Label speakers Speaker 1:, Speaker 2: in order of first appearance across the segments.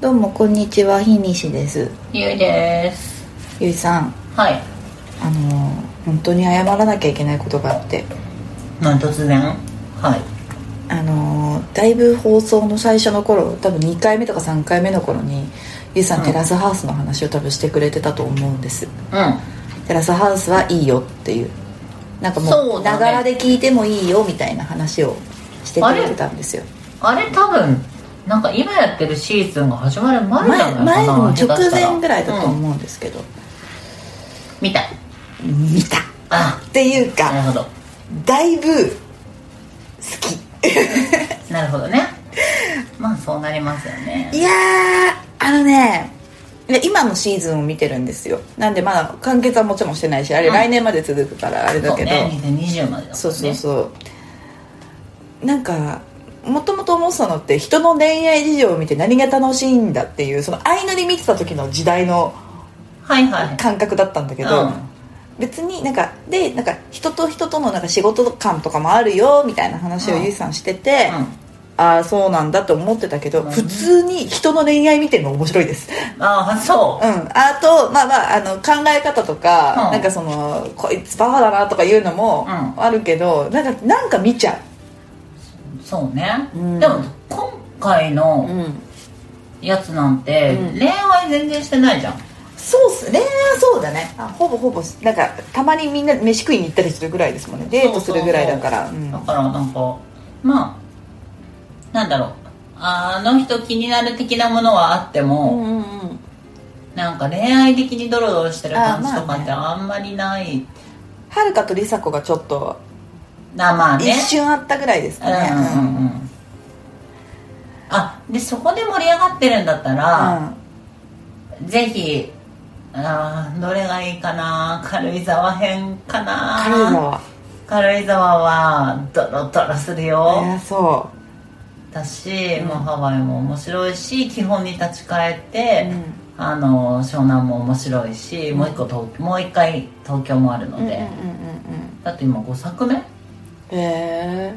Speaker 1: どうもこんにちはひにしです
Speaker 2: ゆいです
Speaker 1: ゆいさん
Speaker 2: はい
Speaker 1: あのー本当に謝らなきゃいけないことがあって
Speaker 2: なん突然はい
Speaker 1: あのーだいぶ放送の最初の頃多分2回目とか3回目の頃にゆいさん、
Speaker 2: うん
Speaker 1: テラスハウスの話を多分してくれてたと思うんです
Speaker 2: う
Speaker 1: テラスハウスはいいよっていうなんかも
Speaker 2: そうう
Speaker 1: な
Speaker 2: だね
Speaker 1: がらで聞いてもいいよみたいな話をしてくれてたんですよ
Speaker 2: んあれ多分なんか今やってるシーズンが始まる前じゃ
Speaker 1: 前
Speaker 2: ない
Speaker 1: 前
Speaker 2: か
Speaker 1: の
Speaker 2: な
Speaker 1: 直
Speaker 2: 下手した
Speaker 1: 前ぐらいだと
Speaker 2: うん
Speaker 1: 思うんですけど、
Speaker 2: 見たい
Speaker 1: 見たっ
Speaker 2: あ
Speaker 1: ていう
Speaker 2: なる
Speaker 1: か
Speaker 2: ほど
Speaker 1: だいぶ好き
Speaker 2: なるほどね まあそうなりますよね
Speaker 1: いやーあのねで今のシーズンを見てるんですよなんでまだ完結はもちろんしてないしあれ
Speaker 2: うん
Speaker 1: 来年まで続くからあれだけど、
Speaker 2: そうね2020までだもんね
Speaker 1: そうそうそうなんかもともと思ってたのって人の恋愛事情を見て何が楽しいんだっていうその相乗り見てた時の時代の
Speaker 2: はいは い
Speaker 1: 感覚だったんだけど、
Speaker 2: うん
Speaker 1: 別になんかでなんか人と人とのなんか仕事感とかもあるよみたいな話を
Speaker 2: うん
Speaker 1: ゆいさんしてて、
Speaker 2: うん
Speaker 1: ああそうなんだと思ってたけど、
Speaker 2: うん
Speaker 1: 普通に人の恋愛見てるの面白いです
Speaker 2: ああそ
Speaker 1: うん、あと、まあまあ、あの考え方とか、
Speaker 2: うん
Speaker 1: なんかそのこいつバカだなとかいうのも
Speaker 2: うん
Speaker 1: あるけど、なんかなんか見ちゃ
Speaker 2: うそうね、
Speaker 1: うん
Speaker 2: でも今回
Speaker 1: う、
Speaker 2: の
Speaker 1: ん、
Speaker 2: やつなんて、
Speaker 1: うん
Speaker 2: 恋愛全然してないじゃん
Speaker 1: そうっす恋愛はそうだねあほぼほぼなんかたまにみんな飯食いに行ったりするぐらいですもんねデートするぐらいだから
Speaker 2: そううそうそうんだからなんかまあなんだろうあの人気になる的なものはあって
Speaker 1: うん
Speaker 2: も、
Speaker 1: うんうん
Speaker 2: なんか恋愛的にドロドロしてる感じとかって
Speaker 1: あ
Speaker 2: あんまりない
Speaker 1: はるかとりさこがちょっと
Speaker 2: なまあね
Speaker 1: 一瞬あったぐらいですかね
Speaker 2: うんうんうんうんあでそこで盛り上がってるんだったら、ぜひあーどれがいいかな軽井沢編かな
Speaker 1: 軽井沢
Speaker 2: 軽井沢はドロドロするよ
Speaker 1: いやそ
Speaker 2: だし、
Speaker 1: うん
Speaker 2: もうハワイも面白いし基本に立ち返っ
Speaker 1: う、う
Speaker 2: て、
Speaker 1: ん
Speaker 2: あの湘南も面白いし、もう一個東もう一回東京もあるの
Speaker 1: うんうんうん
Speaker 2: で、
Speaker 1: うん
Speaker 2: だって今5作目うん
Speaker 1: へえ、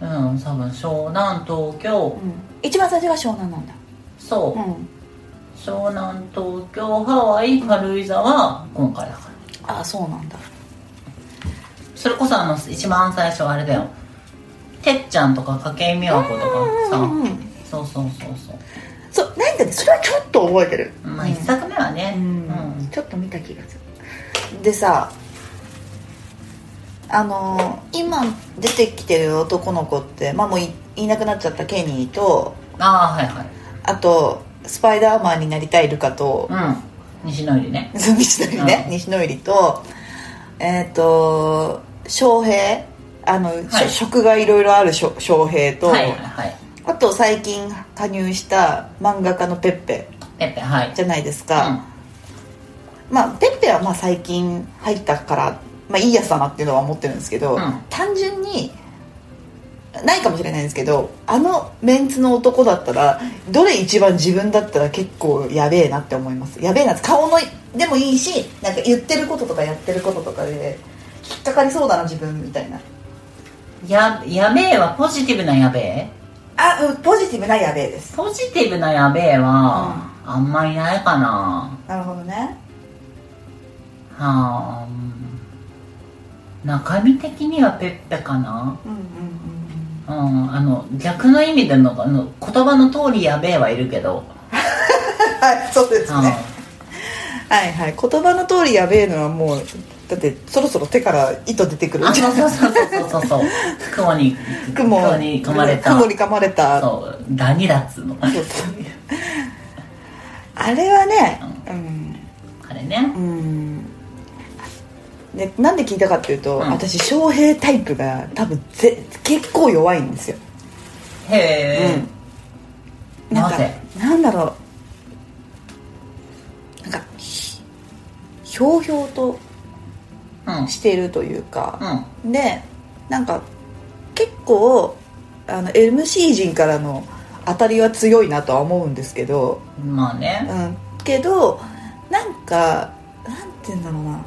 Speaker 2: 多分湘南東
Speaker 1: う
Speaker 2: 京
Speaker 1: ん、一番最初が湘南なんだ
Speaker 2: そうう、
Speaker 1: ん
Speaker 2: 湘南東京ハワイ軽井沢今回だから
Speaker 1: ああそうなんだ
Speaker 2: それこそあの一番最初あれだよてっちゃんとか筧美和子とかさ、
Speaker 1: うんうんうん
Speaker 2: そうそうそうそう
Speaker 1: そうなんかねそれはちょっと覚えてる
Speaker 2: まあ1作目はね
Speaker 1: うん、
Speaker 2: うん
Speaker 1: ちょっと見た気がするでさあのー今出てきてる男の子ってまあもういいなくなっちゃったケニーと
Speaker 2: ああはいはい
Speaker 1: あとスパイダーマンになりたいルカと、
Speaker 2: うん西野入りね
Speaker 1: そう西野入りね、
Speaker 2: う
Speaker 1: 西野入りとえっ、と翔平あの、しょ
Speaker 2: はい
Speaker 1: 職がいろいろあるしょ翔平と、
Speaker 2: はいはいはい
Speaker 1: あと最近加入した漫画家のペッペ
Speaker 2: ペッペはい
Speaker 1: じゃないですか、まあ、ペッペはまあ最近入ったから、まあ、いいやつだなっていうのは思ってるんですけど、
Speaker 2: うん
Speaker 1: 単純にないかもしれないんですけどあのメンツの男だったらどれ一番自分だったら結構やべえなって思いますやべえなって顔のでもいいしなんか言ってることとかやってることとかで引っかかりそうだな自分みたいな
Speaker 2: うん、ややべえはポジティブなやべえ
Speaker 1: あうんポジティブなやべえです
Speaker 2: ポジティブなやべえは、あんまりないかな
Speaker 1: なるほどね
Speaker 2: はあ中身的にはペッペかな
Speaker 1: うんうんうん
Speaker 2: うんあの逆の意味でのあの言葉の通りやべえはいるけど、
Speaker 1: はいそうで
Speaker 2: うん、
Speaker 1: すね、はいはい言葉の通りやべえのはもうだってそろそろ手から糸出てくる
Speaker 2: あそうそうそうそうそうそう雲に
Speaker 1: 雲
Speaker 2: 雲に噛まれた
Speaker 1: 雲に噛まれた
Speaker 2: そうダニだっつうの
Speaker 1: そうそうあれはね
Speaker 2: あれね
Speaker 1: うん、うん、でなんで聞いたかっていうと、
Speaker 2: うん
Speaker 1: 私翔平タイプが多分ぜ結構弱いんですよ、
Speaker 2: へえ、
Speaker 1: うん、なんか
Speaker 2: なぜ
Speaker 1: なんだろうなんかひひょうひょうと
Speaker 2: うんうん
Speaker 1: しているというか、でなんか結構あの MC 陣からの当たりは強いなとは思うんですけど、
Speaker 2: まあね
Speaker 1: うん、けどなんかなんて言うんだろうな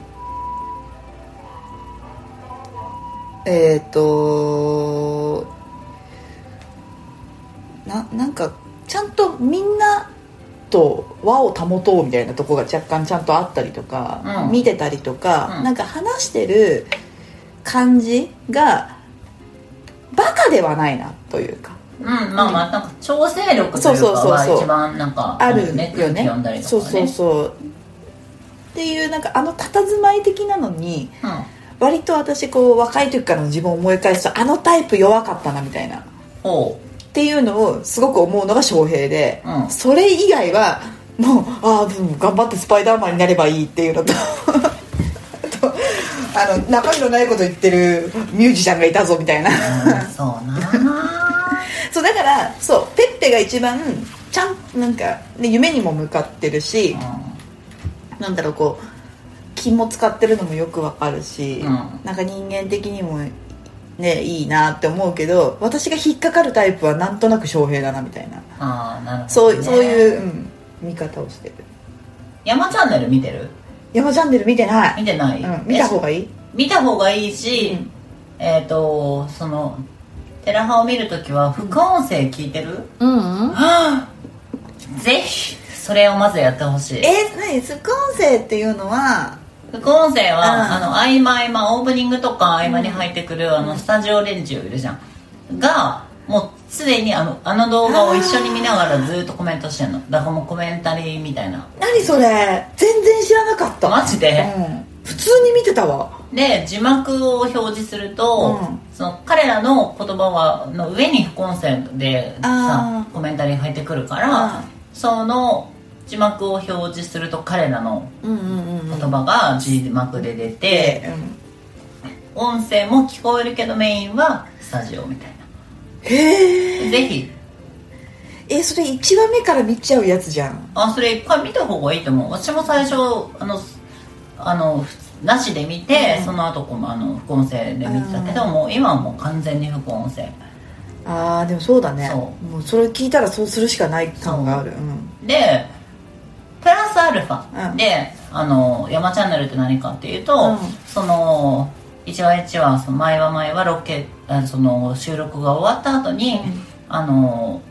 Speaker 1: えっ、ー、とななんかちゃんとみんなと和を保とうみたいなとこが若干ちゃんとあったりとか、
Speaker 2: うん
Speaker 1: 見てたりとか、
Speaker 2: うん
Speaker 1: なんか話してる感じがバカではないなというか
Speaker 2: うんまあまあなんか調整力と
Speaker 1: そう
Speaker 2: いう
Speaker 1: そう
Speaker 2: か
Speaker 1: そう
Speaker 2: は
Speaker 1: そう
Speaker 2: 一番なんか
Speaker 1: あるよね
Speaker 2: ね空気読んだりとか
Speaker 1: そ
Speaker 2: ね
Speaker 1: うそうそうっていうなんかあの佇まい的なのに
Speaker 2: うん
Speaker 1: 割と私こう若い時からの自分を思い返すとあのタイプ弱かったなみたいなっ
Speaker 2: おう
Speaker 1: ていうのをすごく思うのが翔平で、
Speaker 2: うん
Speaker 1: それ以外はもうああでも頑張ってスパイダーマンになればいいっていうのと あとあの中身のないこと言ってるミュージシャンがいたぞみたいな
Speaker 2: うんそうな
Speaker 1: そうだからそうペッペが一番ちゃんなんか、ね、夢にも向かってるし、なんだろうこう気も使ってるのもよくわかるし、
Speaker 2: うん
Speaker 1: なんか人間的にもねいいなって思うけど私が引っかかるタイプはなんとなく翔平だなみたいな、
Speaker 2: ああーなるほど、ね、
Speaker 1: そうそう
Speaker 2: う
Speaker 1: いう、うん、見方をしてる
Speaker 2: 山チャンネル見てる
Speaker 1: 山チャンネル見てない
Speaker 2: 見てない、
Speaker 1: うん、見た方がいい
Speaker 2: 見た方がいいし、
Speaker 1: うん
Speaker 2: えっ、とそのテラハを見るときは副音声聞いてる、
Speaker 1: うん
Speaker 2: はぁぜひそれをまずやってほしい
Speaker 1: え何副音声っていうのは
Speaker 2: 副音声は、
Speaker 1: うん
Speaker 2: あの合間合間オープニングとか合間に入ってくる、あ
Speaker 1: う
Speaker 2: の
Speaker 1: ん
Speaker 2: スタジオレンジをいるじゃんがもうすでにあのあの動画を一緒に見ながらずっとコメントしてんのだからもうコメンタリーみたいな
Speaker 1: 何それ全然知らなかった
Speaker 2: マジで、
Speaker 1: うん、普通に見てたわ
Speaker 2: で字幕を表示すると、
Speaker 1: うん
Speaker 2: その彼らの言葉はの上に副音声で
Speaker 1: あ
Speaker 2: さコメンタリー入ってくるから、
Speaker 1: うん
Speaker 2: その字幕を表示すると彼らの
Speaker 1: うんうんうんうん
Speaker 2: 言葉が字幕で出て、音声も聞こえるけどメインはスタジオみたいな
Speaker 1: へえ
Speaker 2: ぜひ
Speaker 1: えそれ1話目から見ちゃうやつじゃん
Speaker 2: あそれ一回見た方がいいと思う私も最初あのあのふなしで見て、
Speaker 1: うん
Speaker 2: その後こうあの副音声で見てたけど、
Speaker 1: う
Speaker 2: もう今はもう完全に副音声
Speaker 1: ああでもそうだね
Speaker 2: そ
Speaker 1: もうそれ聞いたらそうするしかない感があるうん
Speaker 2: でプラスアル
Speaker 1: う
Speaker 2: フ
Speaker 1: ん
Speaker 2: ァで、あの山チャンネルって何かっていうと、
Speaker 1: うん
Speaker 2: その一話一話その前は前はロケあその収録が終わった後に、
Speaker 1: うん
Speaker 2: あの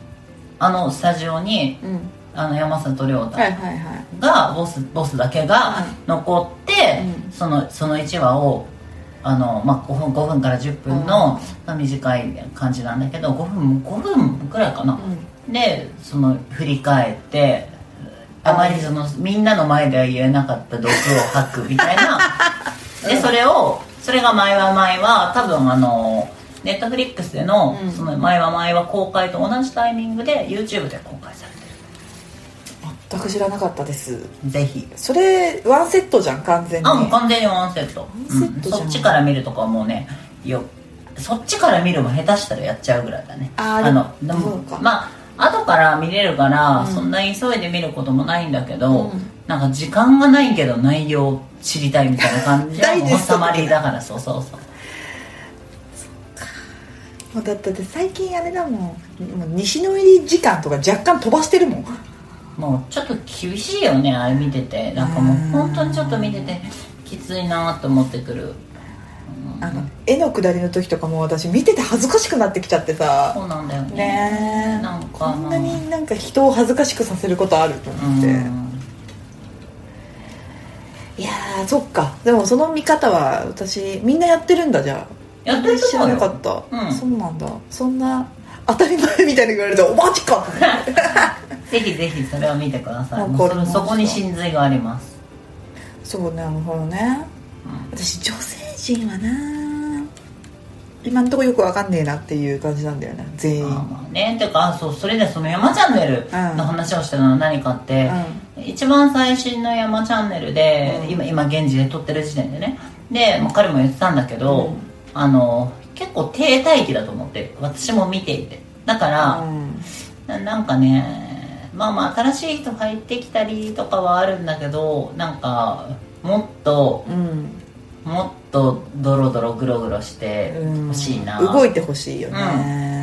Speaker 2: あのスタジオに
Speaker 1: うん
Speaker 2: あの山里亮太
Speaker 1: はいはいはい
Speaker 2: がボスボスだけが残って、
Speaker 1: うん
Speaker 2: そのその1話をあの、まあ、5, 分5分から10分の、まあ短い感じなんだけど5分5分くらいかな、でその振り返ってあまりそのみんなの前では言えなかった毒を吐くみた いなでそれをそれが「前は前は」多分あのネットフリックスでの
Speaker 1: うん
Speaker 2: 「その前は前は」公開と同じタイミングで YouTube で公開されて
Speaker 1: 全く知らなかったです
Speaker 2: るぜひ
Speaker 1: それワンセットじゃん完全に
Speaker 2: あもう完全にワンセット
Speaker 1: ワンセットじゃん
Speaker 2: うんそっちから見るとかはもうねよそっちから見るも下手したらやっちゃうぐらいだね
Speaker 1: あー
Speaker 2: の
Speaker 1: で
Speaker 2: で
Speaker 1: も
Speaker 2: も
Speaker 1: そうか
Speaker 2: まあ後から見れるから、
Speaker 1: うん
Speaker 2: そんな急いで見ることもないんだけど、
Speaker 1: うん
Speaker 2: なんか時間がないけど内容知りたいみたいな 感じ
Speaker 1: ダイジェ
Speaker 2: の
Speaker 1: スト
Speaker 2: 収まりだからそうそうそう
Speaker 1: もうだって最近あれだもんもう西の入り時間とか若干飛ばしてるもん
Speaker 2: もうちょっと厳しいよねあれ見ててなんかもう
Speaker 1: うん
Speaker 2: 本当にちょっと見ててきついなと思ってくるうん
Speaker 1: あの絵の下りの時とかも私見てて恥ずかしくなってきちゃってさ
Speaker 2: そうなんだよね
Speaker 1: ねえ
Speaker 2: なんか
Speaker 1: こんなになんか人を恥ずかしくさせることあると
Speaker 2: う
Speaker 1: 思って、
Speaker 2: ん
Speaker 1: いやーそっかでもその見方は私みんなやってるんだじゃあ
Speaker 2: やってると
Speaker 1: 知
Speaker 2: 思
Speaker 1: ら
Speaker 2: うよ
Speaker 1: なかった、
Speaker 2: うん
Speaker 1: そうなんだそんな当たり前みたいに言われたらマジか
Speaker 2: ぜひぜひそれを見てください
Speaker 1: わか
Speaker 2: も
Speaker 1: りま
Speaker 2: うそれ
Speaker 1: した
Speaker 2: そこに真髄があります
Speaker 1: そうなるほどね私女性陣はな今んとこよくわかんねえなっていう感じなんだよね全員、
Speaker 2: まあまあねてかあそうそれでその「山チャンネル」の話をしてるのは何かって、一番最新の「山チャンネルで」
Speaker 1: うん
Speaker 2: 今今現地で撮ってる時点でねで、まあ、彼も言ってたんだけど、
Speaker 1: うん
Speaker 2: あの結構停滞期だと思ってる私も見ていてだから、
Speaker 1: うん
Speaker 2: ななんかねまあまあ新しい人入ってきたりとかはあるんだけどなんかもっと
Speaker 1: うん
Speaker 2: もっとドロドログログロしてほしいな、
Speaker 1: 動いてほしいよね、
Speaker 2: うん